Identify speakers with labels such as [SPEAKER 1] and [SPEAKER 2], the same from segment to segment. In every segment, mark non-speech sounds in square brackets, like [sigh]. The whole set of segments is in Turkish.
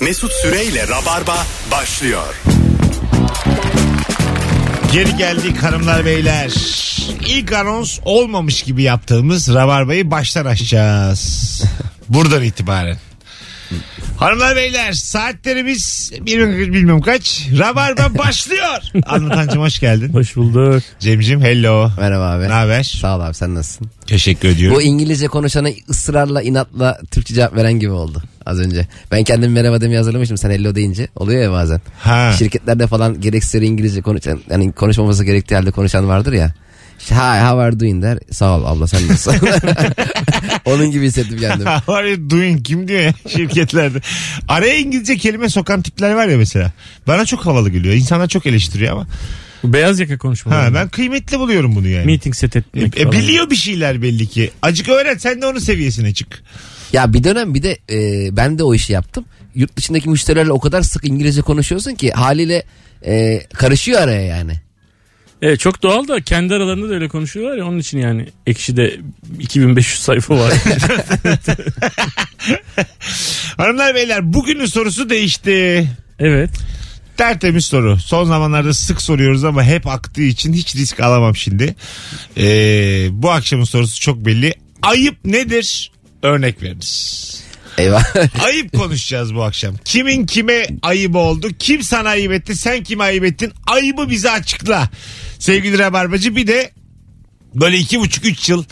[SPEAKER 1] Mesut Süreyle Rabarba başlıyor.
[SPEAKER 2] Geri geldik hanımlar beyler. İlk anons olmamış gibi yaptığımız Rabarba'yı baştan açacağız. Buradan itibaren. Hanımlar beyler saatlerimiz bilmem, bilmem kaç. Rabarba başlıyor. Anlatancım hoş geldin.
[SPEAKER 3] Hoş bulduk.
[SPEAKER 2] Cemcim hello.
[SPEAKER 4] Merhaba abi.
[SPEAKER 2] Ne haber?
[SPEAKER 4] Sağ ol abi sen nasılsın?
[SPEAKER 2] Teşekkür ediyorum.
[SPEAKER 4] Bu İngilizce konuşana ısrarla inatla Türkçe cevap veren gibi oldu az önce. Ben kendim merhaba demeye hazırlamıştım sen hello deyince. Oluyor ya bazen.
[SPEAKER 2] Ha.
[SPEAKER 4] Şirketlerde falan gereksiz yere İngilizce konuşan yani konuşmaması gerektiği halde konuşan vardır ya. İşte, Hi how are you doing der. Sağ ol abla
[SPEAKER 2] [laughs]
[SPEAKER 4] sen nasılsın? Onun gibi hissettim kendimi.
[SPEAKER 2] How are you doing? Kim diyor ya [laughs] şirketlerde. Araya İngilizce kelime sokan tipler var ya mesela. Bana çok havalı geliyor. İnsanlar çok eleştiriyor ama.
[SPEAKER 3] Bu beyaz yaka konuşmaları.
[SPEAKER 2] Ha, ben kıymetli buluyorum bunu yani.
[SPEAKER 3] Meeting set etmek
[SPEAKER 2] E,
[SPEAKER 3] falan.
[SPEAKER 2] biliyor bir şeyler belli ki. Acık öğren sen de onun seviyesine çık.
[SPEAKER 4] Ya bir dönem bir de e, ben de o işi yaptım. Yurt dışındaki müşterilerle o kadar sık İngilizce konuşuyorsun ki haliyle e, karışıyor araya yani.
[SPEAKER 3] E, çok doğal da kendi aralarında da öyle konuşuyorlar ya onun için yani ekşide 2500 sayfa
[SPEAKER 2] [laughs]
[SPEAKER 3] var.
[SPEAKER 2] Hanımlar beyler bugünün sorusu değişti.
[SPEAKER 3] evet.
[SPEAKER 2] Tertemiz soru. Son zamanlarda sık soruyoruz ama hep aktığı için hiç risk alamam şimdi. Ee, bu akşamın sorusu çok belli. Ayıp nedir? Örnek veriniz.
[SPEAKER 4] Eyvah.
[SPEAKER 2] Ayıp konuşacağız bu akşam. Kimin kime ayıbı oldu? Kim sana ayıp etti? Sen kime ayıp ettin? Ayıbı bize açıkla. Sevgili Rabarbacı bir de böyle iki buçuk üç yıl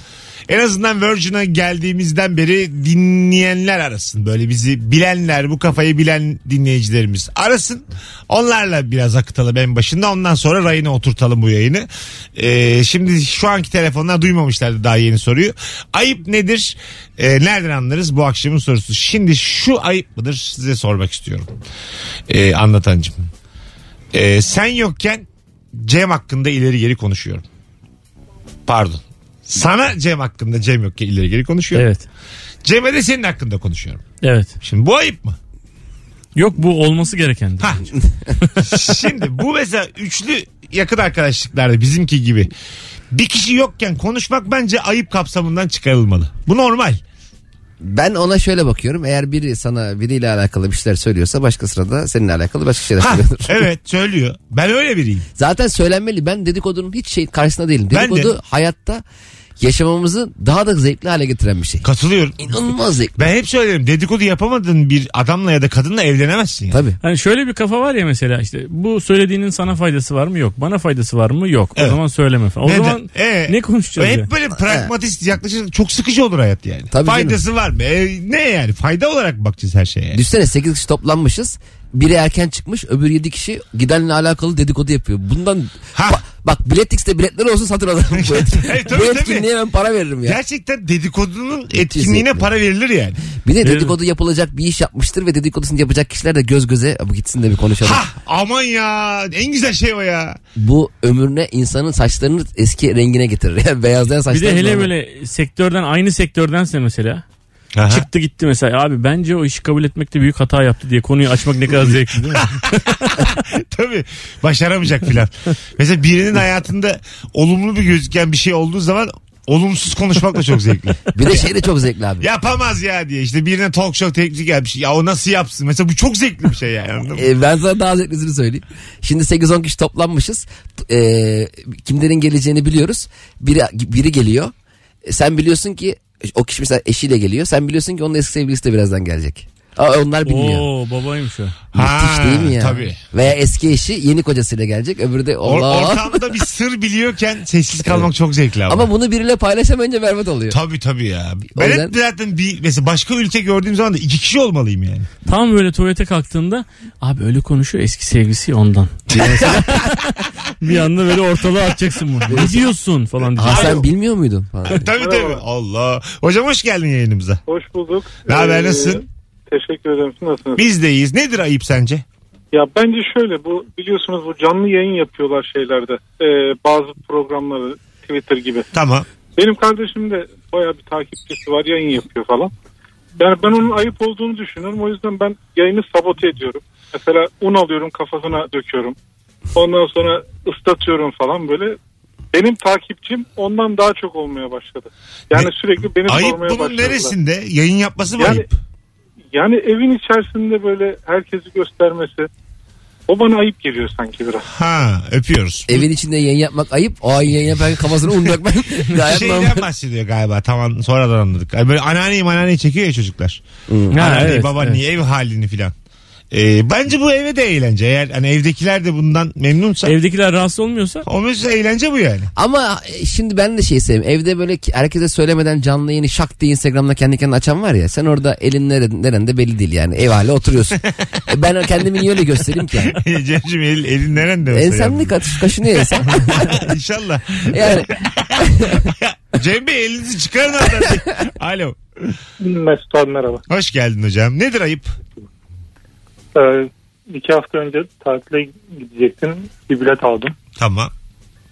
[SPEAKER 2] en azından Virgin'a geldiğimizden beri dinleyenler arasın. Böyle bizi bilenler, bu kafayı bilen dinleyicilerimiz arasın. Onlarla biraz akıtalım en başında. Ondan sonra rayına oturtalım bu yayını. Ee, şimdi şu anki telefonlar duymamışlardı daha yeni soruyu. Ayıp nedir? Ee, nereden anlarız bu akşamın sorusu? Şimdi şu ayıp mıdır size sormak istiyorum. Ee, anlatancım. Ee, sen yokken Cem hakkında ileri geri konuşuyorum. Pardon. Sana Cem hakkında Cem yokken ileri geri konuşuyorum.
[SPEAKER 3] Evet.
[SPEAKER 2] Cem'e de senin hakkında konuşuyorum.
[SPEAKER 3] Evet.
[SPEAKER 2] Şimdi bu ayıp mı?
[SPEAKER 3] Yok bu olması gereken.
[SPEAKER 2] Ha. Şimdi bu mesela üçlü yakın arkadaşlıklarda bizimki gibi bir kişi yokken konuşmak bence ayıp kapsamından çıkarılmalı. Bu normal.
[SPEAKER 4] Ben ona şöyle bakıyorum. Eğer biri sana biriyle alakalı bir şeyler söylüyorsa başkasına da seninle alakalı başka şeyler [laughs]
[SPEAKER 2] Ha,
[SPEAKER 4] söylüyordur.
[SPEAKER 2] evet söylüyor. Ben öyle biriyim.
[SPEAKER 4] Zaten söylenmeli. Ben dedikodunun hiç şey karşısında değilim.
[SPEAKER 2] Ben de.
[SPEAKER 4] Dedikodu hayatta yaşamamızı daha da zevkli hale getiren bir şey.
[SPEAKER 2] Katılıyorum.
[SPEAKER 4] İnanılmaz zevkli.
[SPEAKER 2] Ben hep söylerim dedikodu yapamadığın bir adamla ya da kadınla evlenemezsin ya.
[SPEAKER 4] Tabii.
[SPEAKER 3] Hani şöyle bir kafa var ya mesela işte bu söylediğinin sana faydası var mı yok. Bana faydası var mı yok.
[SPEAKER 2] Evet.
[SPEAKER 3] O zaman söyleme falan. O
[SPEAKER 2] Neden?
[SPEAKER 3] zaman
[SPEAKER 2] Ee,
[SPEAKER 3] ne konuşacağız ya?
[SPEAKER 2] Hep böyle pragmatist yaklaşır çok sıkıcı olur hayat yani.
[SPEAKER 4] Tabii
[SPEAKER 2] Faydası var mı? E, ne yani? Fayda olarak bakacağız her şeye. yani.
[SPEAKER 4] Düşsene 8 kişi toplanmışız. Biri erken çıkmış öbür 7 kişi gidenle alakalı dedikodu yapıyor. Bundan
[SPEAKER 2] Ha.
[SPEAKER 4] Ba- bak biletix'te biletler olsun satın alırım.
[SPEAKER 2] [laughs]
[SPEAKER 4] Bu, et-
[SPEAKER 2] Tabii,
[SPEAKER 4] bu
[SPEAKER 2] tabii.
[SPEAKER 4] etkinliğe ben para veririm ya.
[SPEAKER 2] Gerçekten dedikodunun etkinliğine
[SPEAKER 4] zevkli.
[SPEAKER 2] para verilir yani.
[SPEAKER 4] Bir de
[SPEAKER 3] Veririm.
[SPEAKER 4] dedikodu yapılacak bir iş yapmıştır ve dedikodusunu yapacak kişiler de göz göze "Ya bu gitsin de bir konuşalım.
[SPEAKER 2] Ha aman ya en güzel şey o ya.
[SPEAKER 4] bu ömrüne insanın saçlarını eski rengine getirir. [laughs] Yani beyazlayan
[SPEAKER 3] Bir
[SPEAKER 4] saçlar.
[SPEAKER 3] de hele böyle sektörden aynı sektördense mesela
[SPEAKER 2] Çık.
[SPEAKER 3] çıktı gitti mesela abi bence o işi kabul etmekte büyük hata yaptı diye konuyu açmak
[SPEAKER 2] [laughs]
[SPEAKER 3] ne kadar zevkli değil mi?
[SPEAKER 2] Tabii başaramayacak filan. Mesela birinin hayatında olumlu bir gözüken bir şey olduğu zaman olumsuz konuşmak da çok
[SPEAKER 4] [laughs]
[SPEAKER 2] zevkli.
[SPEAKER 4] Bir de şey de çok
[SPEAKER 3] [laughs]
[SPEAKER 4] zevkli abi.
[SPEAKER 2] Yapamaz ya diye işte birine talk show teklifi gelmiş. Ya o nasıl yapsın? Mesela bu çok zevkli bir şey yani. anladın mı?
[SPEAKER 4] Ee, ben sana daha zevklisini söyleyeyim. Şimdi 8-10 kişi toplanmışız. T- ee, kimlerin geleceğini biliyoruz. Biri, biri geliyor. E, Sen biliyorsun ki o kişi mesela eşiyle geliyor. Sen biliyorsun ki onun eski sevgilisi de birazdan gelecek. Aa, onlar bilmiyor.
[SPEAKER 3] Oo babaymış o.
[SPEAKER 4] Müthiş değil mi ya?
[SPEAKER 2] Tabii.
[SPEAKER 4] Veya eski eşi yeni kocasıyla gelecek. Öbürü de
[SPEAKER 2] Or-
[SPEAKER 4] Allah.
[SPEAKER 2] ortamda bir sır biliyorken sessiz kalmak çok zevkli ama.
[SPEAKER 4] Ama bunu biriyle paylaşamayınca berbat oluyor.
[SPEAKER 2] Tabii tabii ya.
[SPEAKER 4] O
[SPEAKER 2] Ben
[SPEAKER 4] yüzden-
[SPEAKER 2] hep zaten bir mesela başka ülke gördüğüm zaman da iki kişi olmalıyım yani.
[SPEAKER 3] Tam böyle tuvalete kalktığında abi öyle konuşuyor eski sevgisi
[SPEAKER 2] [laughs]
[SPEAKER 3] ya ondan. Diye mesela bir anda böyle ortalığı atacaksın bunu. Ne diyorsun falan
[SPEAKER 4] Aa,
[SPEAKER 3] diyeceksin.
[SPEAKER 4] sen bilmiyor muydun? Falan.
[SPEAKER 2] tabii tabii. Allah. Hocam hoş geldin yayınımıza.
[SPEAKER 5] Hoş bulduk. Ee,
[SPEAKER 2] Ne haber, nasılsın?
[SPEAKER 5] Teşekkür ederim. Siz Nasılsınız?
[SPEAKER 2] Biz de iyiyiz. Nedir ayıp sence?
[SPEAKER 5] Ya bence şöyle bu biliyorsunuz bu canlı yayın yapıyorlar şeylerde. Ee, bazı programları Twitter gibi.
[SPEAKER 2] Tamam.
[SPEAKER 5] Benim kardeşim de bayağı bir takipçisi var yayın yapıyor falan. Yani ben onun ayıp olduğunu düşünüyorum. O yüzden ben yayını sabote ediyorum. Mesela un alıyorum kafasına döküyorum. Ondan sonra ıslatıyorum falan böyle. Benim takipçim ondan daha çok olmaya başladı. Yani
[SPEAKER 2] Ne-
[SPEAKER 5] sürekli beni
[SPEAKER 2] ayıp
[SPEAKER 5] sormaya
[SPEAKER 2] bunun
[SPEAKER 5] başladılar.
[SPEAKER 2] neresinde? Yayın yapması mı
[SPEAKER 5] Yani-
[SPEAKER 2] ayıp?
[SPEAKER 5] Yani evin içerisinde böyle herkesi göstermesi o bana ayıp geliyor sanki biraz.
[SPEAKER 2] Ha öpüyoruz.
[SPEAKER 4] Evin içinde yayın yapmak ayıp. O ayın yayın yaparken kafasına un dökmen gayet normal.
[SPEAKER 2] Şeyden bahsediyor galiba tamam sonradan anladık. Ay Böyle anneanneyi anneanneyi çekiyor ya çocuklar. Anneanneyi
[SPEAKER 3] evet,
[SPEAKER 2] babaanneyi ev halini filan. Ee, bence bu eve de eğlence. Eğer hani evdekiler de bundan memnunsa.
[SPEAKER 3] Evdekiler rahatsız olmuyorsa
[SPEAKER 2] O mesela eğlence bu yani.
[SPEAKER 4] Ama şimdi ben de şey seviyorum. Evde böyle ki- herkese söylemeden canlı yayını şak diye Instagram'da kendi kendine açan var ya. Sen orada elin nerede, nerede belli değil yani. Ev hali oturuyorsun. E ben kendimi niye öyle göstereyim ki?
[SPEAKER 2] [laughs]
[SPEAKER 4] yani?
[SPEAKER 2] Cemciğim el, elin neren de mesela.
[SPEAKER 4] Ensemli katış kaşınıyor insan.
[SPEAKER 2] [laughs] İnşallah.
[SPEAKER 4] Yani
[SPEAKER 2] Cem Bey elinizi çıkarın oradan. Alo.
[SPEAKER 5] Mesut abi merhaba.
[SPEAKER 2] Hoş geldin hocam. Nedir ayıp?
[SPEAKER 5] Ee, iki hafta önce tatile gidecektim. Bir bilet aldım.
[SPEAKER 2] Tamam.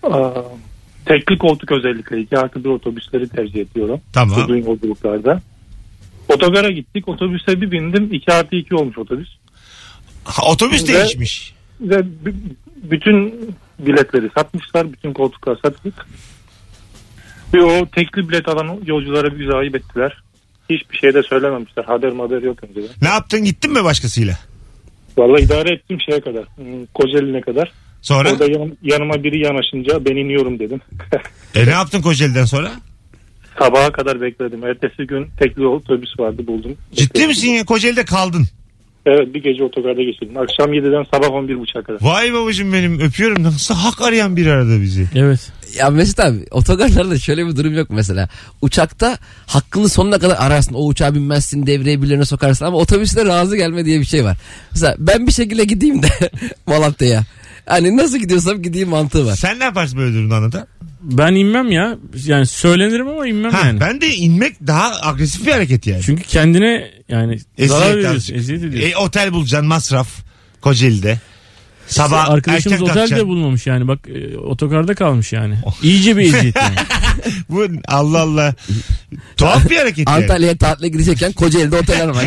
[SPEAKER 5] Aa, Ee, tekli koltuk özellikle iki artı bir otobüsleri tercih ediyorum.
[SPEAKER 2] Tamam.
[SPEAKER 5] Uzun yolculuklarda. Otogara gittik. Otobüse bir bindim. 2 artı 2 olmuş otobüs.
[SPEAKER 2] Ha, otobüs
[SPEAKER 5] Ve-
[SPEAKER 2] değişmiş.
[SPEAKER 5] Ve b- bütün biletleri satmışlar. Bütün koltuklar sattık. Ve o tekli bilet alan yolculara bir güzel ayıp ettiler. Hiçbir şey de söylememişler. Haber haber yok önceden.
[SPEAKER 2] Ne yaptın gittin mi başkasıyla?
[SPEAKER 5] Vallahi idare ettim şeye kadar. hmm, Kocaeli'ne kadar.
[SPEAKER 2] Sonra?
[SPEAKER 5] Orada yanım- yanıma biri yanaşınca ben iniyorum dedim. [laughs]
[SPEAKER 2] E ne yaptın Kocaeli'den sonra?
[SPEAKER 5] Sabaha kadar bekledim. Ertesi gün tekli otobüs vardı buldum.
[SPEAKER 2] Ciddi
[SPEAKER 5] Bekledim.
[SPEAKER 2] misin ya? Kocaeli'de kaldın.
[SPEAKER 5] Evet bir gece otogarda geçirdim. Akşam 7'den sabah 11.30'a kadar.
[SPEAKER 2] Vay babacım benim öpüyorum. Nasıl hak arayan biri aradı bizi.
[SPEAKER 3] evet.
[SPEAKER 4] ya Mesut abi otogarlarda şöyle bir durum yok mesela. Uçakta hakkını sonuna kadar ararsın. O uçağa binmezsin devreye birilerine sokarsın ama otobüste razı gelme diye bir şey var. Mesela ben bir şekilde gideyim de [laughs] Malatya'ya. Hani nasıl gidiyorsam gideyim mantığı var.
[SPEAKER 2] Sen ne yaparsın böyle durumda anlatan?
[SPEAKER 3] Ben inmem ya. Yani söylenirim ama inmem
[SPEAKER 2] Ha,
[SPEAKER 3] yani.
[SPEAKER 2] ben de inmek daha agresif bir hareket yani.
[SPEAKER 3] Çünkü kendine yani zarar
[SPEAKER 2] Eziyet
[SPEAKER 3] veriyorsun.
[SPEAKER 2] azıcık.
[SPEAKER 3] Eziyet ediyorsun.
[SPEAKER 2] E, otel bulacaksın masraf. Kocaeli'de. Sabah
[SPEAKER 3] Arkadaşımız
[SPEAKER 2] erken
[SPEAKER 3] otelde
[SPEAKER 2] kalkacaksın. Oh.
[SPEAKER 3] bulmamış yani. Bak e, otogarda kalmış yani.
[SPEAKER 2] [laughs]
[SPEAKER 3] İyice bir eziyet yani.
[SPEAKER 2] Bu Allah Allah. Tuhaf bir hareket yani.
[SPEAKER 4] Antalya'ya tatile gidecekken Kocaeli'de
[SPEAKER 2] [laughs]
[SPEAKER 4] otel aramak.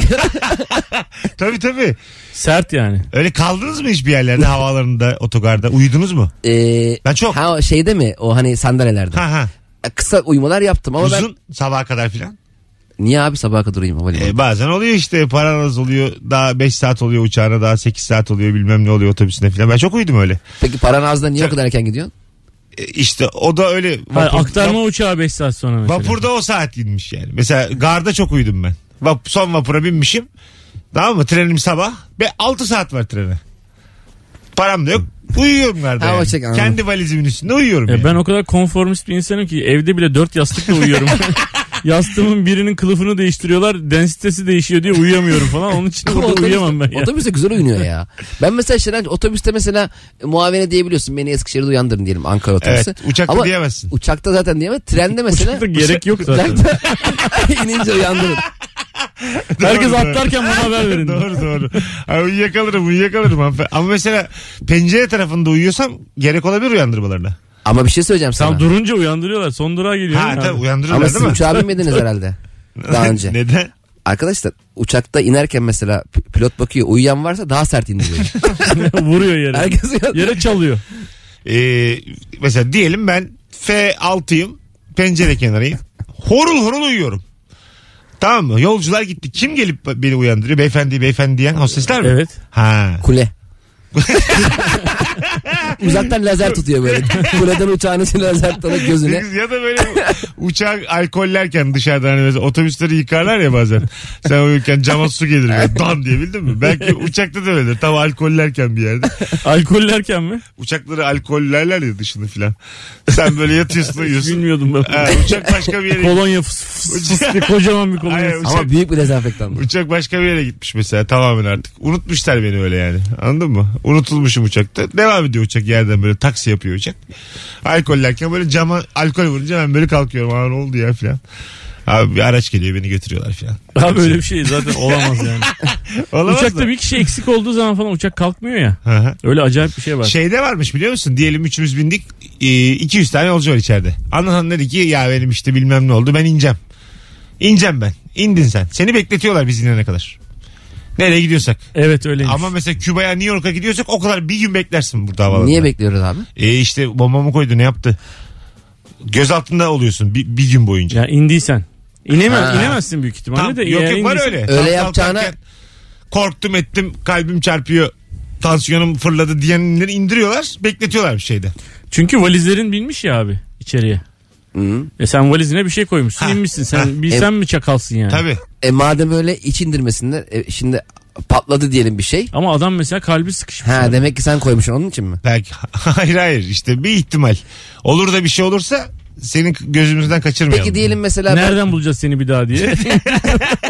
[SPEAKER 2] Tabii tabii.
[SPEAKER 3] Sert yani.
[SPEAKER 2] Öyle kaldınız mı hiçbir yerlerde havalarında otogarda? Uyudunuz mu?
[SPEAKER 4] [laughs] Ee,
[SPEAKER 2] Ben çok.
[SPEAKER 4] Ha o şeyde mi o hani sandalyelerde?
[SPEAKER 2] Ha ha.
[SPEAKER 4] Kısa uyumalar yaptım ama
[SPEAKER 2] Uzun sabaha kadar filan.
[SPEAKER 4] ben niye abi sabaha kadar uyuyayım havalimanı?
[SPEAKER 2] E, bazen oluyor işte paranız oluyor daha 5 saat oluyor uçağına daha 8 saat oluyor bilmem ne oluyor otobüsüne filan. Ben çok uyudum öyle.
[SPEAKER 4] Peki paran ağzından niye o kadar erken gidiyorsun?
[SPEAKER 2] E, işte o da öyle
[SPEAKER 3] Ha,
[SPEAKER 2] vapur-
[SPEAKER 3] aktarma uçağı 5 saat sonra mesela.
[SPEAKER 2] Vapurda o saat inmiş yani. Mesela garda çok uyudum ben. Vap, son vapura binmişim. Tamam mı? Trenim sabah. Ve 6 saat var trene. Param da yok. Uyuyorum garda.
[SPEAKER 4] Ha, o
[SPEAKER 2] yani.
[SPEAKER 4] şey, anladım.
[SPEAKER 2] Kendi valizimin üstünde uyuyorum.
[SPEAKER 3] Ya
[SPEAKER 2] yani.
[SPEAKER 3] E, ben o kadar konformist bir insanım ki evde bile dört yastıkla uyuyorum.
[SPEAKER 2] [laughs]
[SPEAKER 3] Yastığımın birinin kılıfını değiştiriyorlar. Densitesi değişiyor diye uyuyamıyorum falan. Onun
[SPEAKER 2] [laughs]
[SPEAKER 3] için
[SPEAKER 4] Ama
[SPEAKER 3] orada
[SPEAKER 4] otobüs-
[SPEAKER 3] uyuyamam ben ya.
[SPEAKER 4] Otobüste güzel uyunuyor ya. Ben mesela şeyden otobüste mesela e, muavine diyebiliyorsun. Beni Eskişehir'de uyandırın diyelim Ankara otobüsü.
[SPEAKER 2] Evet, uçakta
[SPEAKER 4] Ama
[SPEAKER 2] diyemezsin.
[SPEAKER 4] Uçakta zaten diyemez. Trende mesela. [laughs]
[SPEAKER 3] Uçakta gerek yok zaten.
[SPEAKER 4] Uçakta inince uyandırın.
[SPEAKER 2] Doğru,
[SPEAKER 3] Herkes
[SPEAKER 2] doğru.
[SPEAKER 3] atlarken bana haber verin.
[SPEAKER 2] doğru doğru. Ay, uyuyakalırım uyuyakalırım. hanımefendi. Ama mesela pencere tarafında uyuyorsam gerek olabilir uyandırmalarına.
[SPEAKER 4] Ama bir şey söyleyeceğim sana.
[SPEAKER 3] Tam durunca uyandırıyorlar. Son durağa geliyor.
[SPEAKER 2] Ha
[SPEAKER 3] Yani.
[SPEAKER 2] tabii
[SPEAKER 4] Ama
[SPEAKER 2] uyandırırlar
[SPEAKER 4] siz
[SPEAKER 2] değil mi?
[SPEAKER 4] uçağa binmediniz herhalde. Daha önce.
[SPEAKER 2] Neden?
[SPEAKER 4] Arkadaşlar uçakta inerken mesela p- pilot bakıyor uyuyan varsa daha sert indiriyor.
[SPEAKER 3] [laughs] Vuruyor yere.
[SPEAKER 4] Herkes uyan-
[SPEAKER 3] Yere çalıyor.
[SPEAKER 2] Ee, mesela diyelim ben F6'yım. Pencere kenarıyım. Horul horul uyuyorum. Tamam mı? Yolcular gitti. Kim gelip beni uyandırıyor? Beyefendi, beyefendi diyen hostesler mi?
[SPEAKER 3] Evet.
[SPEAKER 2] Ha.
[SPEAKER 4] Kule. Uzaktan lazer tutuyor böyle. Kuleden uçağın için lazer tutarak gözüne.
[SPEAKER 2] Ya da böyle uçak alkollerken dışarıda hani mesela otobüsleri yıkarlar ya bazen. Sen uyurken cama su gelir böyle dan diye bildin mi? Belki uçakta da öyledir. Tam alkollerken bir yerde.
[SPEAKER 3] Alkollerken mi?
[SPEAKER 2] Uçakları alkollerler ya dışını filan. Sen böyle yatıyorsun uyuyorsun.
[SPEAKER 3] Bilmiyordum ben.
[SPEAKER 2] Ha, uçak başka bir yere
[SPEAKER 3] Kolonya fıs fıs
[SPEAKER 2] [laughs]
[SPEAKER 3] fıs diye kocaman bir kolonya.
[SPEAKER 2] Hayır,
[SPEAKER 3] fıs.
[SPEAKER 4] Ama büyük bir dezenfektan. bu.
[SPEAKER 2] Uçak başka bir yere gitmiş mesela tamamen artık. Unutmuşlar beni öyle yani. Anladın mı? Unutulmuşum uçakta. Devam ediyor uçak yerden böyle taksi yapıyor uçak. Alkollerken böyle cama alkol vurunca ben böyle kalkıyorum. Aa ne oldu ya filan. Abi bir araç geliyor beni götürüyorlar filan.
[SPEAKER 3] Abi öyle bir şey zaten olamaz yani.
[SPEAKER 2] [laughs] Olamaz
[SPEAKER 3] Uçakta
[SPEAKER 2] mı?
[SPEAKER 3] bir kişi eksik olduğu zaman falan uçak kalkmıyor ya.
[SPEAKER 2] Hı hı.
[SPEAKER 3] Öyle acayip bir şey var.
[SPEAKER 2] Şeyde varmış biliyor musun? Diyelim üçümüz bindik. e, 200 tane yolcu var içeride. Anlatan dedi ki ya benim işte bilmem ne oldu ben ineceğim. İneceğim ben. İndin sen. Seni bekletiyorlar biz inene kadar. Nereye gidiyorsak.
[SPEAKER 3] Evet öyleymiş.
[SPEAKER 2] Ama mesela Küba'ya New York'a gidiyorsak o kadar bir gün beklersin burada havalarda.
[SPEAKER 4] Niye bekliyoruz abi?
[SPEAKER 2] E işte bombamı koydu ne yaptı? Göz altında oluyorsun bir, bir gün boyunca.
[SPEAKER 3] Ya indiysen. İneme,
[SPEAKER 4] Ha.
[SPEAKER 3] inemezsin büyük ihtimalle
[SPEAKER 2] Tam-
[SPEAKER 3] de.
[SPEAKER 2] yok
[SPEAKER 3] eğer
[SPEAKER 2] yok var
[SPEAKER 3] indiysen-
[SPEAKER 2] öyle.
[SPEAKER 4] Öyle yapacağına
[SPEAKER 2] kalkarken korktum ettim kalbim çarpıyor tansiyonum fırladı diyenleri indiriyorlar bekletiyorlar bir şeyde.
[SPEAKER 3] Çünkü valizlerin binmiş ya abi içeriye. E sen valizine bir şey koymuşsun
[SPEAKER 2] Ha. E-
[SPEAKER 3] inmişsin sen bir
[SPEAKER 4] Evet.
[SPEAKER 3] sen mi çakalsın yani.
[SPEAKER 2] Tabii.
[SPEAKER 4] E madem öyle iç indirmesinler. E, şimdi patladı diyelim bir şey.
[SPEAKER 3] Ama adam mesela kalbi sıkışmış.
[SPEAKER 4] Ha demek ki sen koymuşsun onun için mi?
[SPEAKER 2] Belki [laughs] hayır hayır işte bir ihtimal. Olur da bir şey olursa senin gözümüzden kaçırmayalım.
[SPEAKER 4] Peki diyelim mesela ben-
[SPEAKER 3] Nereden bulacağız seni bir daha diye.
[SPEAKER 2] [laughs]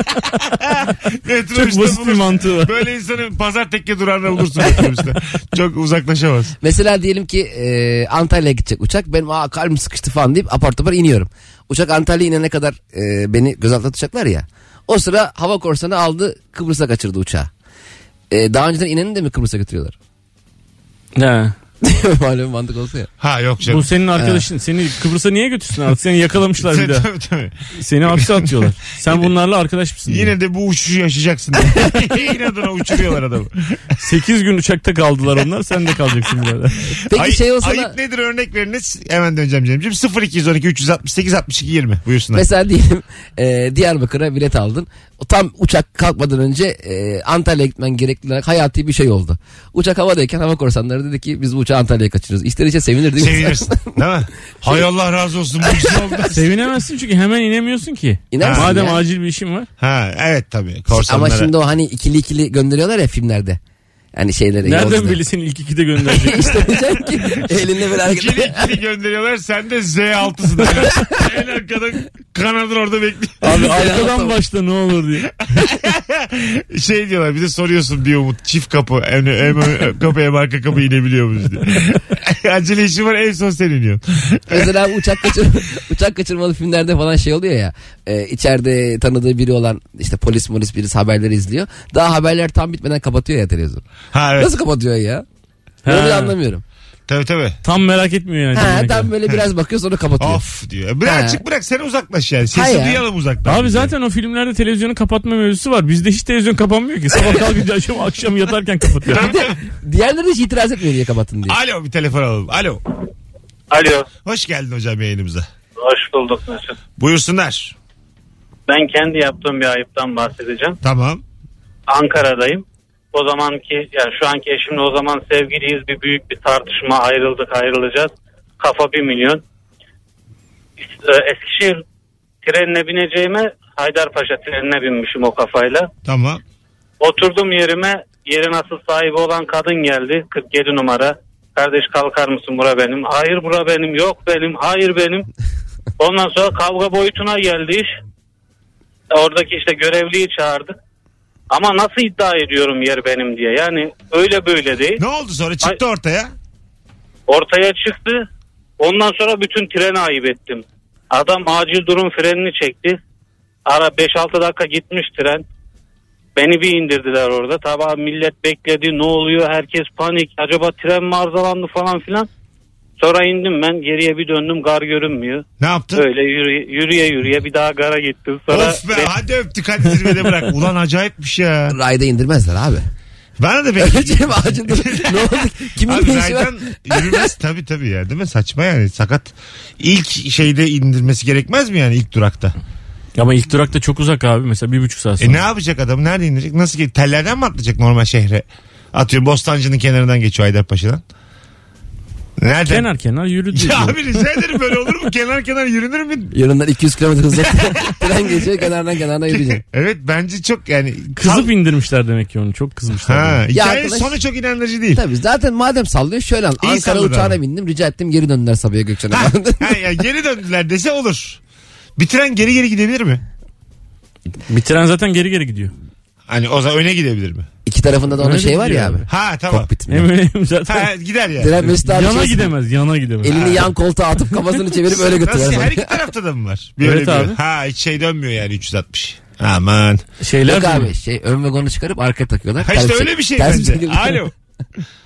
[SPEAKER 2] Metrobüste
[SPEAKER 3] Çok basit bir
[SPEAKER 2] bulursun.
[SPEAKER 3] mantığı var.
[SPEAKER 2] Böyle insanı pazar tekke durağında bulursun
[SPEAKER 3] [laughs]
[SPEAKER 2] metrobüste. Çok uzaklaşamaz.
[SPEAKER 4] Mesela diyelim ki e, Antalya'ya gidecek uçak. Benim aa kalbim sıkıştı falan deyip apar topar iniyorum. Uçak Antalya'ya inene kadar e, beni gözaltına tutacaklar ya. O sıra hava korsanı aldı Kıbrıs'a kaçırdı uçağı. E, daha önceden ineni de mi Kıbrıs'a götürüyorlar?
[SPEAKER 3] Ha.
[SPEAKER 4] [laughs] Malum mantık olsa ya.
[SPEAKER 2] Ha yok canım.
[SPEAKER 3] Bu senin arkadaşın. Seni Kıbrıs'a niye götürsün artık? Seni yakalamışlar
[SPEAKER 2] [laughs]
[SPEAKER 3] bir daha.
[SPEAKER 2] Tabii, tabii.
[SPEAKER 3] Seni hapse atıyorlar. Sen bunlarla arkadaş mısın?
[SPEAKER 2] Yine de bu uçuşu yaşayacaksın. [laughs] İnadına uçuruyorlar adamı.
[SPEAKER 3] 8 gün uçakta kaldılar onlar. Sen de kalacaksın birader.
[SPEAKER 4] Peki
[SPEAKER 2] Ay-
[SPEAKER 4] şey olsa da
[SPEAKER 2] Ayıp nedir örnek veriniz? Hemen döneceğim Cem'ciğim. 0212 368 62 20 buyursunlar.
[SPEAKER 4] mesela diyelim e, Diyarbakır'a bilet aldın. O tam uçak kalkmadan önce e, Antalya'ya gitmen gerekli olarak hayati bir şey oldu. Uçak havadayken hava korsanları dedi ki biz bu uçağı Antalya'ya kaçırıyoruz. İster içe sevinirdik. [laughs]
[SPEAKER 2] Sevinirsin. Değil mi? Hay Allah razı olsun. Bu güzel oldu.
[SPEAKER 3] Sevinemezsin çünkü hemen inemiyorsun ki.
[SPEAKER 4] İnersin
[SPEAKER 3] Madem
[SPEAKER 4] ya.
[SPEAKER 3] acil bir işin var.
[SPEAKER 2] Ha evet tabii. Korsanlara.
[SPEAKER 4] Ama şimdi o hani ikili ikili gönderiyorlar ya filmlerde. Hani Yani
[SPEAKER 2] E,
[SPEAKER 4] şeyleri.
[SPEAKER 3] Nereden
[SPEAKER 4] yolcuları. [laughs]
[SPEAKER 3] bilirsin ilk ikide gönderecek?
[SPEAKER 4] işte diyeceğim ki elinde böyle hareket. [laughs]
[SPEAKER 2] İkili ikili gönderiyorlar. Sen de Z6'sın. en arkada kanadın orada bekliyor.
[SPEAKER 3] Abi
[SPEAKER 4] Tamam.
[SPEAKER 3] arkadan başla ne olur diye.
[SPEAKER 2] Şey diyorlar bir de soruyorsun bir umut. Çift kapı. Hem, hem ön kapı hem arka kapı inebiliyor muyuz diye. [laughs] Acele işi var en son sen iniyorsun.
[SPEAKER 4] Mesela uçak, kaçır, uçak kaçırmalı filmlerde falan şey oluyor ya. E, içeride tanıdığı biri olan işte polis polis birisi haberleri izliyor. Daha haberler tam bitmeden kapatıyor ya televizyonu.
[SPEAKER 2] Ha evet.
[SPEAKER 4] Nasıl kapatıyor ya?
[SPEAKER 3] Ha.
[SPEAKER 4] Onu bile anlamıyorum.
[SPEAKER 2] Tabii tabii.
[SPEAKER 3] Tam merak etmiyor yani.
[SPEAKER 4] Ha,
[SPEAKER 3] dinleyene
[SPEAKER 4] tam
[SPEAKER 3] kadar.
[SPEAKER 4] böyle biraz bakıyor sonra kapatıyor.
[SPEAKER 2] Of diyor. Birazcık bırak sen uzaklaş yani. Sesi
[SPEAKER 4] Ha ya.
[SPEAKER 2] duyalım uzaktan.
[SPEAKER 3] Abi zaten o filmlerde televizyonu kapatma mevzusu var. Bizde hiç televizyon kapanmıyor ki. Sabah kalkınca [laughs] akşam, akşam yatarken kapatıyor.
[SPEAKER 4] Diğerleri hiç itiraz etmiyor diye kapatın diye.
[SPEAKER 2] Alo bir telefon alalım. Alo.
[SPEAKER 6] Alo.
[SPEAKER 2] Hoş geldin hocam yayınımıza.
[SPEAKER 6] Hoş bulduk Mesut.
[SPEAKER 2] Buyursunlar.
[SPEAKER 6] Ben kendi yaptığım bir ayıptan bahsedeceğim.
[SPEAKER 2] Tamam.
[SPEAKER 6] Ankara'dayım. O zamanki yani şu anki eşimle o zaman sevgiliyiz bir büyük bir tartışma ayrıldık ayrılacağız. Kafa bir milyon. Ee, Eskişehir trenine bineceğime Haydarpaşa trenine binmişim o kafayla.
[SPEAKER 2] Tamam.
[SPEAKER 6] Oturdum yerime yerin asıl sahibi olan kadın geldi 47 numara. Kardeş kalkar mısın bura benim? Hayır bura benim yok benim hayır benim. Ondan sonra kavga boyutuna geldi iş. Oradaki işte görevliyi çağırdık. Ama nasıl iddia ediyorum yer benim diye. Yani öyle böyle değil.
[SPEAKER 2] Ne oldu sonra çıktı ortaya?
[SPEAKER 6] Ortaya çıktı. Ondan sonra bütün treni ayıp ettim. Adam acil durum frenini çekti. Ara 5-6 dakika gitmiş tren. Beni bir indirdiler orada. Tabi millet bekledi. Ne oluyor? Herkes panik. Acaba tren mi arızalandı falan filan. Sonra indim ben. Geriye bir döndüm. Gar görünmüyor.
[SPEAKER 2] Ne yaptın?
[SPEAKER 6] Öyle yürüye yürüye, yürüye bir daha gara gittim. Sonra
[SPEAKER 2] Of be hadi öptük hadi zirvede
[SPEAKER 3] [laughs]
[SPEAKER 2] bırak. Ulan acayipmiş ya.
[SPEAKER 4] Rayda indirmezler abi.
[SPEAKER 2] Bana da bekle.
[SPEAKER 4] [laughs] Öleceğim acil dur. [laughs] ne oldu? Kimin
[SPEAKER 2] Abi
[SPEAKER 4] ne işi var?
[SPEAKER 2] raydan
[SPEAKER 4] [laughs]
[SPEAKER 2] yürümez tabii tabii ya değil mi? Saçma yani sakat. İlk şeyde indirmesi gerekmez mi yani ilk durakta?
[SPEAKER 3] [laughs] Ama ilk durak da çok uzak abi. Mesela bir buçuk saat sonra.
[SPEAKER 2] E ne yapacak adam? Nerede indirecek? Nasıl ki tellerden mi atlayacak normal şehre? Atıyor Bostancı'nın kenarından geçiyor Haydarpaşa'dan. Nereden?
[SPEAKER 3] Kenar kenar yürü diyor.
[SPEAKER 2] [laughs] Ya abi rica ederim böyle olur mu? Kenar kenar yürünür mü?
[SPEAKER 4] Yanından 200 kilometre hızla [laughs] tren geçiyor kenardan kenarına yürüyeceksin.
[SPEAKER 2] [laughs] Evet bence çok yani.
[SPEAKER 3] Kızıp indirmişler demek ki onu. Çok kızmışlar.
[SPEAKER 2] Ha,
[SPEAKER 4] Ya
[SPEAKER 2] hikayenin
[SPEAKER 4] arkadaş-
[SPEAKER 2] sonu çok inandırıcı değil.
[SPEAKER 4] Tabii zaten madem sallıyor şöyle an.
[SPEAKER 2] İyi
[SPEAKER 4] Ankara
[SPEAKER 2] salladı
[SPEAKER 4] uçağına
[SPEAKER 2] abi.
[SPEAKER 4] bindim rica ettim geri döndüler Sabiha Gökçen'e.
[SPEAKER 2] Ha, ha, ya geri döndüler dese olur. Bir tren geri geri gidebilir mi?
[SPEAKER 3] Bir tren zaten geri geri gidiyor.
[SPEAKER 2] Hani o zaman öne gidebilir mi?
[SPEAKER 4] [laughs] İki tarafında da onun
[SPEAKER 3] Öyle
[SPEAKER 4] şey var ya
[SPEAKER 3] gidiyor
[SPEAKER 4] abi.
[SPEAKER 3] abi.
[SPEAKER 2] Ha tamam.
[SPEAKER 4] Kokpit mi?
[SPEAKER 3] Hem öyle hem zaten. [laughs]
[SPEAKER 2] Ha, gider yani.
[SPEAKER 4] Diren Mesut abi
[SPEAKER 3] Yana
[SPEAKER 4] şey-
[SPEAKER 3] gidemez. Yana gidemez.
[SPEAKER 4] Elini yan koltuğa atıp kafasını çevirip öyle
[SPEAKER 2] Nasıl her [laughs]
[SPEAKER 4] götürüyor.
[SPEAKER 2] iki tarafta da mı var? Bir öyle
[SPEAKER 3] Evet
[SPEAKER 2] bir-
[SPEAKER 3] abi.
[SPEAKER 2] Ha hiç şey dönmüyor yani 360. Aman.
[SPEAKER 3] Şeyler
[SPEAKER 4] Yok
[SPEAKER 3] de-
[SPEAKER 4] abi şey ön vagonu çıkarıp arkaya takıyorlar.
[SPEAKER 2] Ha işte
[SPEAKER 4] Ters-
[SPEAKER 2] öyle bir şey
[SPEAKER 4] ters
[SPEAKER 2] bence.
[SPEAKER 4] şekilde-
[SPEAKER 2] Alo.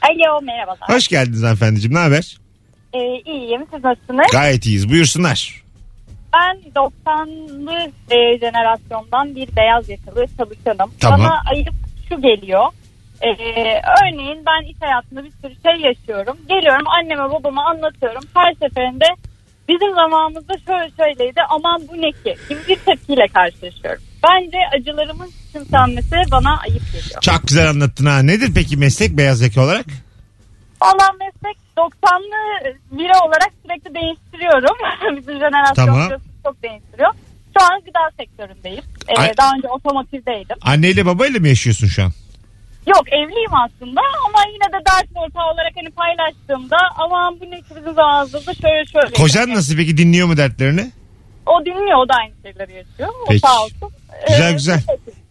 [SPEAKER 7] Alo merhabalar.
[SPEAKER 2] Hoş geldiniz hanımefendiciğim. Ne haber?
[SPEAKER 7] Ee, iyiyim siz nasılsınız?
[SPEAKER 2] Gayet iyiyiz. Buyursunlar.
[SPEAKER 7] Ben 90'lı e, jenerasyondan bir beyaz yakalı çalışanım.
[SPEAKER 2] Tamam.
[SPEAKER 7] Bana ayıp şu geliyor. Ee, örneğin ben iş hayatında bir sürü şey yaşıyorum. Geliyorum anneme babama anlatıyorum. Her seferinde bizim zamanımızda şöyle şöyleydi aman bu ne ki? Şimdi bir tepkiyle karşılaşıyorum. Bence acılarımın küçümsenmesi bana ayıp geliyor.
[SPEAKER 2] Çok güzel anlattın ha. Nedir peki meslek beyaz zeka olarak?
[SPEAKER 7] Valla meslek 90'lı biri olarak sürekli değiştiriyorum. [laughs] Bizim jenerasyon
[SPEAKER 2] Tamam.
[SPEAKER 7] biliyorsunuz çok değiştiriyor. Şu an gıda sektöründeyim. Ee,
[SPEAKER 2] Ay-
[SPEAKER 7] daha önce otomotivdeydim.
[SPEAKER 2] Anneyle babayla mı yaşıyorsun şu an?
[SPEAKER 7] Yok evliyim aslında ama yine de dert ortağı olarak hani paylaştığımda aman bu ne ki bizim zamanımızda şöyle şöyle.
[SPEAKER 2] Kocan
[SPEAKER 7] Yani
[SPEAKER 2] nasıl peki dinliyor mu dertlerini?
[SPEAKER 7] O dinliyor o da aynı şeyleri yaşıyor. O
[SPEAKER 2] Peki.
[SPEAKER 7] sağ olsun. Ee,
[SPEAKER 2] Güzel, güzel.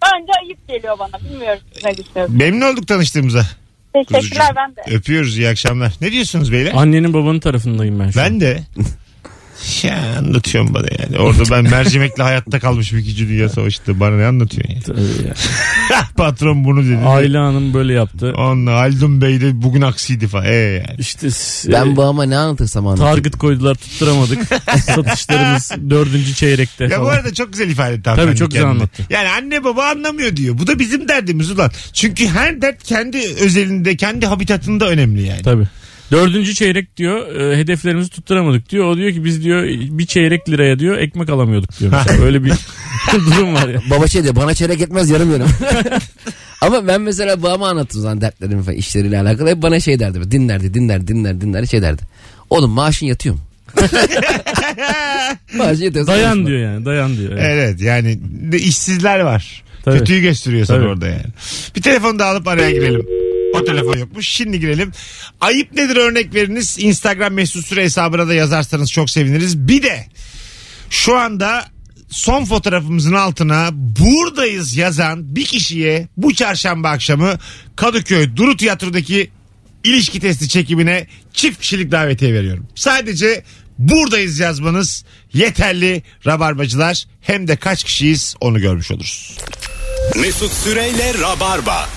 [SPEAKER 7] Bence ayıp geliyor bana. Bilmiyorum siz ne düşünüyorsunuz.
[SPEAKER 2] Memnun olduk tanıştığımıza.
[SPEAKER 7] Teşekkürler ben de.
[SPEAKER 2] Öpüyoruz iyi akşamlar. Ne diyorsunuz beyler?
[SPEAKER 3] Annenin babanın tarafındayım ben şu an.
[SPEAKER 2] Ben de. Ya anlatıyorum bana yani. Orada ben mercimekle hayatta kalmış bir ikinci dünya savaştı. Bana ne anlatıyorsun ya?
[SPEAKER 3] Tabii ya.
[SPEAKER 2] [laughs] Patron bunu dedi.
[SPEAKER 3] Aile hanım böyle yaptı.
[SPEAKER 2] Onunla Haldun Bey de bugün aksiydi falan. Ee yani.
[SPEAKER 3] İşte s-
[SPEAKER 4] [laughs] Ben
[SPEAKER 3] e,
[SPEAKER 4] babama ne anlatırsam anlatayım.
[SPEAKER 3] target
[SPEAKER 2] [laughs]
[SPEAKER 3] koydular tutturamadık. Satışlarımız dördüncü çeyrekte
[SPEAKER 2] Ya bu
[SPEAKER 3] falan.
[SPEAKER 2] arada çok güzel ifade etti.
[SPEAKER 3] Tabii, çok güzel
[SPEAKER 2] kendini.
[SPEAKER 3] anlattı.
[SPEAKER 2] Yani anne baba anlamıyor diyor. Bu da bizim derdimiz ulan. Çünkü her dert kendi özelinde, kendi habitatında önemli yani.
[SPEAKER 3] Tabii. Dördüncü çeyrek diyor e, hedeflerimizi tutturamadık diyor. O diyor ki biz diyor bir çeyrek liraya diyor ekmek
[SPEAKER 2] [laughs]
[SPEAKER 3] alamıyorduk diyor. Mesela. Öyle bir [laughs] durum var ya.
[SPEAKER 4] Baba şey diyor bana çeyrek etmez
[SPEAKER 3] [laughs]
[SPEAKER 4] yarım yarım. Ama ben mesela babama anlattım zaman dertlerimi falan işleriyle alakalı. Hep bana şey derdi. Dinlerdi dinler dinler dinler şey derdi. Oğlum maaşın yatıyor mu? [laughs] maaşın yatıyor. sen
[SPEAKER 3] Dayan
[SPEAKER 4] konuşma.
[SPEAKER 3] diyor yani dayan diyor. Evet.
[SPEAKER 2] [laughs] Evet yani de işsizler var.
[SPEAKER 3] Tabii.
[SPEAKER 2] Kötüyü gösteriyor sana
[SPEAKER 3] Tabii.
[SPEAKER 2] orada yani. Bir telefon da alıp araya girelim. O telefon yokmuş. Şimdi girelim. Ayıp nedir örnek veriniz. Instagram mesut süre hesabına da yazarsanız çok seviniriz. Bir de şu anda son fotoğrafımızın altına buradayız yazan bir kişiye bu çarşamba akşamı Kadıköy Duru Tiyatro'daki ilişki testi çekimine çift kişilik davetiye veriyorum. Sadece buradayız yazmanız yeterli rabarbacılar hem de kaç kişiyiz onu görmüş oluruz.
[SPEAKER 1] Mesut Süreyle Rabarba.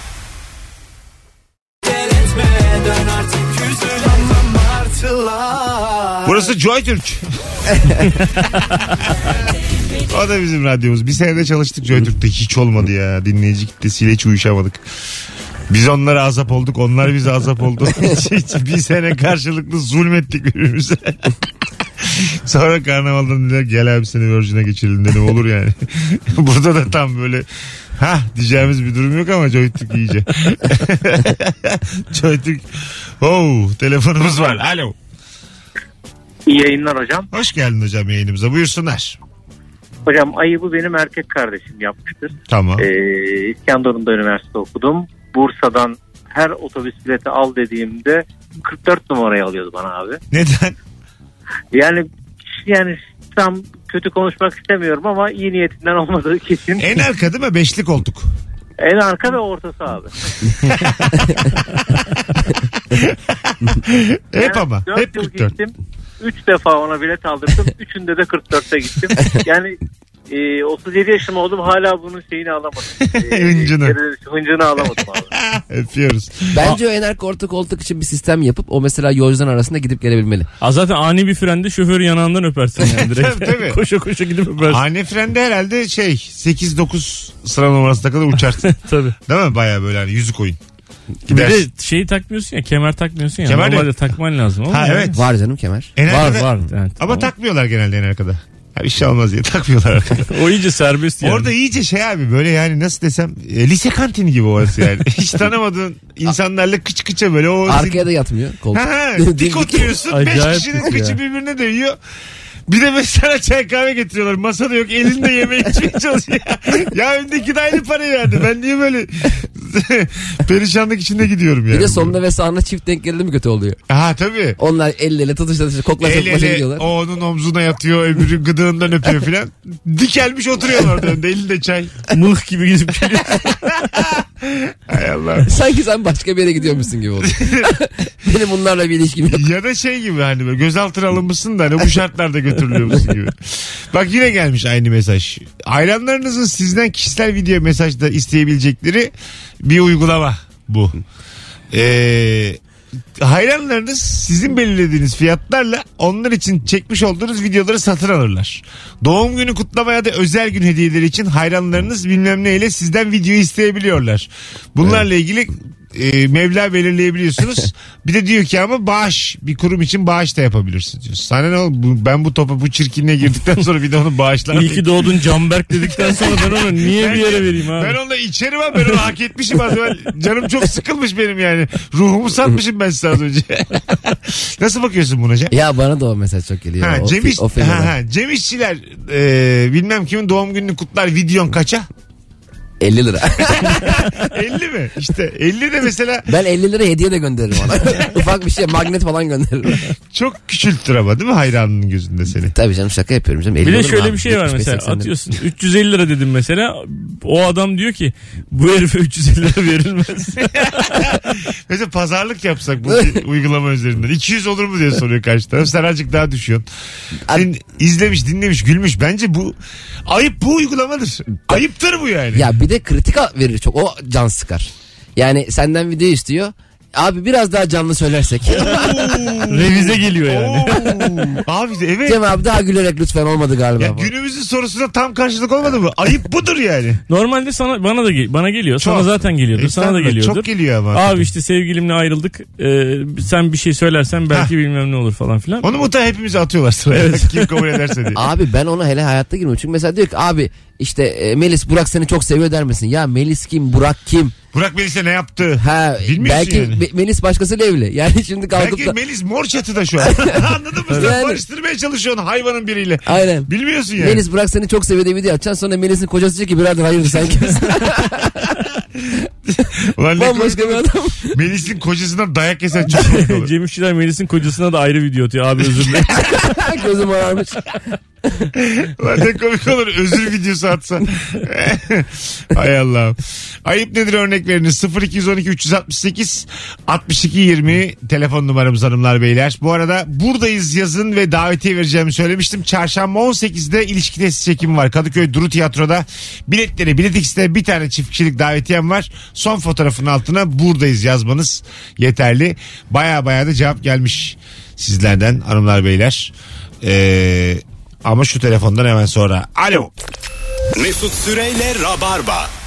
[SPEAKER 2] Burası Joy Türk. o da bizim radyomuz. Bir senede çalıştık Joy Türk'te hiç olmadı ya. Dinleyici kitlesiyle hiç uyuşamadık. Biz onlara azap olduk. Onlar bize azap oldu. Hiç- hiç bir sene karşılıklı zulmettik birbirimize. [laughs] Sonra karnavaldan dediler gel abi seni Virgin'e geçirelim dedim olur yani. [laughs] Burada da tam böyle ha diyeceğimiz bir durum yok ama Joy Türk iyice. [laughs] Joy Türk. Oh, telefonumuz var. Alo.
[SPEAKER 6] İyi yayınlar hocam.
[SPEAKER 2] Hoş geldin hocam yayınımıza. Buyursunlar.
[SPEAKER 6] Hocam ayıbı benim erkek kardeşim yapmıştır.
[SPEAKER 2] Tamam.
[SPEAKER 6] Ee, İskenderun'da üniversite okudum. Bursa'dan her otobüs bileti al dediğimde 44 numarayı alıyordu bana abi.
[SPEAKER 2] Neden?
[SPEAKER 6] Yani yani tam kötü konuşmak istemiyorum ama iyi niyetinden olmadığı kesin.
[SPEAKER 2] En arka değil mi? Beşli koltuk.
[SPEAKER 6] En arka ve ortası abi.
[SPEAKER 2] Hep
[SPEAKER 6] Yani
[SPEAKER 2] ama.
[SPEAKER 6] dört
[SPEAKER 2] Hep
[SPEAKER 6] yıl
[SPEAKER 2] 44.
[SPEAKER 6] Gittim. 3 defa ona
[SPEAKER 2] [laughs]
[SPEAKER 6] bilet aldırdım. Üçünde de 44'te gittim. Yani e, 37 yaşım oldum hala bunun
[SPEAKER 2] [laughs]
[SPEAKER 6] şeyini alamadım. E,
[SPEAKER 2] Hıncını.
[SPEAKER 6] geri- Hıncını alamadım abi.
[SPEAKER 2] Öpüyoruz.
[SPEAKER 4] Bence o enerji orta koltuk için bir sistem yapıp o mesela yolcuların arasında gidip gelebilmeli.
[SPEAKER 3] Aa, zaten ani bir frende şoförü yanağından öpersin
[SPEAKER 2] [laughs]
[SPEAKER 3] yani direkt.
[SPEAKER 2] Tabii, tabii.
[SPEAKER 3] koşa koşa gidip öpersin.
[SPEAKER 2] Hane frende herhalde şey 8-9 sıra numarasına kadar uçarsın.
[SPEAKER 3] Tabii.
[SPEAKER 2] değil mi? Baya böyle hani yüzük oyun.
[SPEAKER 3] Bir de
[SPEAKER 2] Gidersin.
[SPEAKER 3] şeyi takmıyorsun ya kemer takmıyorsun ya.
[SPEAKER 2] Kemer de-
[SPEAKER 3] Normalde takman lazım. ama
[SPEAKER 2] Ha
[SPEAKER 3] yani.
[SPEAKER 2] evet.
[SPEAKER 4] Var canım kemer.
[SPEAKER 2] En
[SPEAKER 3] Var
[SPEAKER 2] arkada-
[SPEAKER 3] var. Evet,
[SPEAKER 2] Ama
[SPEAKER 3] tamam.
[SPEAKER 2] takmıyorlar genelde en arkada. Ha, bir şey olmaz diye takmıyorlar. arkada.
[SPEAKER 3] O iyice serbest yani.
[SPEAKER 2] Orada iyice şey abi böyle yani nasıl desem e, lise kantini gibi orası yani. Hiç tanımadığın insanlarla kıç kıça böyle o
[SPEAKER 4] Arkaya da yatmıyor koltuk. [laughs]
[SPEAKER 2] Ha,
[SPEAKER 4] Dik
[SPEAKER 2] dik
[SPEAKER 4] dik.
[SPEAKER 2] oturuyorsun. Beş
[SPEAKER 3] Acayip
[SPEAKER 2] kişinin
[SPEAKER 3] dik ya.
[SPEAKER 2] kıçı birbirine değiyor. Bir de mesela çay kahve getiriyorlar. Masada yok. Elinde yemeği içmeye
[SPEAKER 4] [laughs]
[SPEAKER 2] çalışıyor. ya öndeki de aynı parayı verdi. Ben niye böyle [laughs] perişanlık içinde gidiyorum yani.
[SPEAKER 4] Bir de sonunda ve sağında çift denk geldi mi kötü oluyor.
[SPEAKER 2] Ha
[SPEAKER 4] [laughs]
[SPEAKER 2] tabii.
[SPEAKER 4] Onlar el ele tutuşa tutuşa koklaşa
[SPEAKER 2] El
[SPEAKER 4] koklaşa
[SPEAKER 2] ele
[SPEAKER 4] gidiyorlar.
[SPEAKER 2] o onun omzuna yatıyor öbürü gıdığından öpüyor filan. Dikelmiş oturuyorlar orada önde elinde çay.
[SPEAKER 3] mıh gibi gidip geliyor.
[SPEAKER 2] Hay Allah.
[SPEAKER 4] Sanki sen başka bir yere gidiyormuşsun gibi [laughs] oldu. Benim bunlarla bir ilişkim yok.
[SPEAKER 2] Ya da şey gibi hani böyle gözaltına alınmışsın da hani bu şartlarda götürülüyormuşsun gibi. Bak yine gelmiş aynı mesaj. Hayranlarınızın sizden kişisel video mesajda isteyebilecekleri bir uygulama bu. Ee, hayranlarınız sizin belirlediğiniz fiyatlarla onlar için çekmiş olduğunuz videoları satın alırlar. Doğum günü kutlama ya da özel gün hediyeleri için hayranlarınız bilmem neyle sizden video isteyebiliyorlar. Bunlarla ilgili e, meblağ
[SPEAKER 3] [laughs]
[SPEAKER 2] belirleyebiliyorsunuz. bir de diyor ki ama bağış bir kurum için bağış da yapabilirsiniz diyor. Sana ne oğlum Bu- ben bu topa bu çirkinliğe girdikten sonra bir de onu bağışlar
[SPEAKER 3] İyi ki doğdun Canberk dedikten sonra ben onu niye bir yere vereyim abi?
[SPEAKER 2] Ben onunla içerim ha ben onu hak etmişim az evvel. Canım çok sıkılmış benim yani. Ruhumu satmışım ben size az önce. [laughs] Nasıl bakıyorsun buna Cem?
[SPEAKER 4] Ya bana da o mesaj çok geliyor.
[SPEAKER 2] Ha,
[SPEAKER 4] o,
[SPEAKER 2] Cem,
[SPEAKER 4] fi-
[SPEAKER 2] İş-
[SPEAKER 4] o fenomen.
[SPEAKER 2] ha, ha, Cem İşçiler e, bilmem kimin doğum gününü kutlar videon kaça? [laughs]
[SPEAKER 4] 50 lira. [laughs]
[SPEAKER 2] 50 mi? İşte 50 de mesela
[SPEAKER 4] ben 50 lira hediye de gönderirim [laughs] ona. Ufak bir şey magnet falan [laughs] gönderirim.
[SPEAKER 2] çok küçülttür ama değil mi hayranının gözünde seni?
[SPEAKER 4] Tabii canım şaka yapıyorum canım. 50
[SPEAKER 3] Bir de
[SPEAKER 4] olur mu
[SPEAKER 3] şöyle
[SPEAKER 4] abi?
[SPEAKER 3] bir şey var
[SPEAKER 4] 75,
[SPEAKER 3] mesela
[SPEAKER 4] 80 lira.
[SPEAKER 3] atıyorsun [laughs] 350 lira dedim mesela o adam diyor ki bu herife 350 lira [laughs] verilmez.
[SPEAKER 2] Mesela pazarlık yapsak bu
[SPEAKER 4] [laughs]
[SPEAKER 2] uygulama üzerinden. 200 olur mu diye soruyor karşı taraf. Sen azıcık daha düşüyorsun. Sen izlemiş, dinlemiş, gülmüş. Bence bu ayıp bu uygulamadır. Ayıptır bu yani.
[SPEAKER 4] Ya bir de kritik al- verir çok. O can sıkar. Yani senden video istiyor. Abi biraz daha
[SPEAKER 2] [laughs]
[SPEAKER 4] canlı söylersek.
[SPEAKER 3] Revize geliyor yani.
[SPEAKER 2] Oo. [laughs] Abi de evet.
[SPEAKER 4] Cem abi daha gülerek lütfen olmadı galiba.
[SPEAKER 2] Ya
[SPEAKER 4] falan.
[SPEAKER 2] günümüzün sorusuna tam karşılık olmadı mı? Ayıp budur yani.
[SPEAKER 3] Normalde sana bana da ge- bana geliyor. Sana
[SPEAKER 2] Çok.
[SPEAKER 3] zaten geliyordur.
[SPEAKER 2] E,
[SPEAKER 3] sana
[SPEAKER 2] sen
[SPEAKER 3] da
[SPEAKER 2] de
[SPEAKER 3] geliyordur.
[SPEAKER 2] Çok geliyor ama.
[SPEAKER 3] Abi işte sevgilimle ayrıldık. Ee, sen bir şey söylersen belki bilmem ne olur falan filan.
[SPEAKER 2] Onu mutlaka hepimize atıyorlar sıraya. [laughs] Kim kabul ederse
[SPEAKER 4] [laughs]
[SPEAKER 2] diye.
[SPEAKER 4] Abi ben ona hele hayatta girmiyorum. Çünkü mesela diyor ki abi işte e, Melis Burak seni çok seviyor der misin? Ya Melis kim? Burak kim?
[SPEAKER 2] Burak Melis'e ne yaptı?
[SPEAKER 4] Ha
[SPEAKER 2] Bilmiyorsun
[SPEAKER 4] belki
[SPEAKER 2] yani.
[SPEAKER 4] Me- Melis başkasıyla evli. Yani [laughs] şimdi kalkıp
[SPEAKER 2] Belki
[SPEAKER 4] da
[SPEAKER 2] Melis mor çatıda
[SPEAKER 4] [laughs]
[SPEAKER 2] şu an. [laughs] Anladın mı? Sen
[SPEAKER 4] Yani.
[SPEAKER 2] barıştırmaya çalışıyorsun hayvanın biriyle.
[SPEAKER 4] Aynen.
[SPEAKER 2] Bilmiyorsun yani.
[SPEAKER 4] Melis Burak seni çok seviyor diye video atacaksın. Sonra Melis'in kocası diyor ki birader hayırdır sen kimsin?
[SPEAKER 2] Ulan ne komik.
[SPEAKER 4] Bambaşka bir
[SPEAKER 2] [laughs]
[SPEAKER 4] adam.
[SPEAKER 2] Melis'in kocasından dayak yesen çok
[SPEAKER 4] [laughs]
[SPEAKER 2] komik
[SPEAKER 3] [laughs]
[SPEAKER 2] olur.
[SPEAKER 3] Cem İşçiler Melis'in kocasına da ayrı video atıyor. Abi özür dilerim.
[SPEAKER 4] Gözüm ağarmış.
[SPEAKER 2] Ulan ne komik olur özür videosu atsa. [laughs] Hay Allah'ım. Ayıp nedir örnek veriniz? 0212 368 62 20 telefon numaramız hanımlar beyler. Bu arada buradayız yazın ve davetiye vereceğimi söylemiştim. Çarşamba 18'de ilişki testi çekimi var. Kadıköy Duru Tiyatro'da biletleri Bilet X'de bir tane çift kişilik davetiyem var. Son fotoğrafın altına buradayız yazmanız yeterli. Baya baya da cevap gelmiş sizlerden hanımlar beyler. Ee, ama şu telefondan hemen sonra. Alo.
[SPEAKER 1] Mesut Süreyle Rabarba.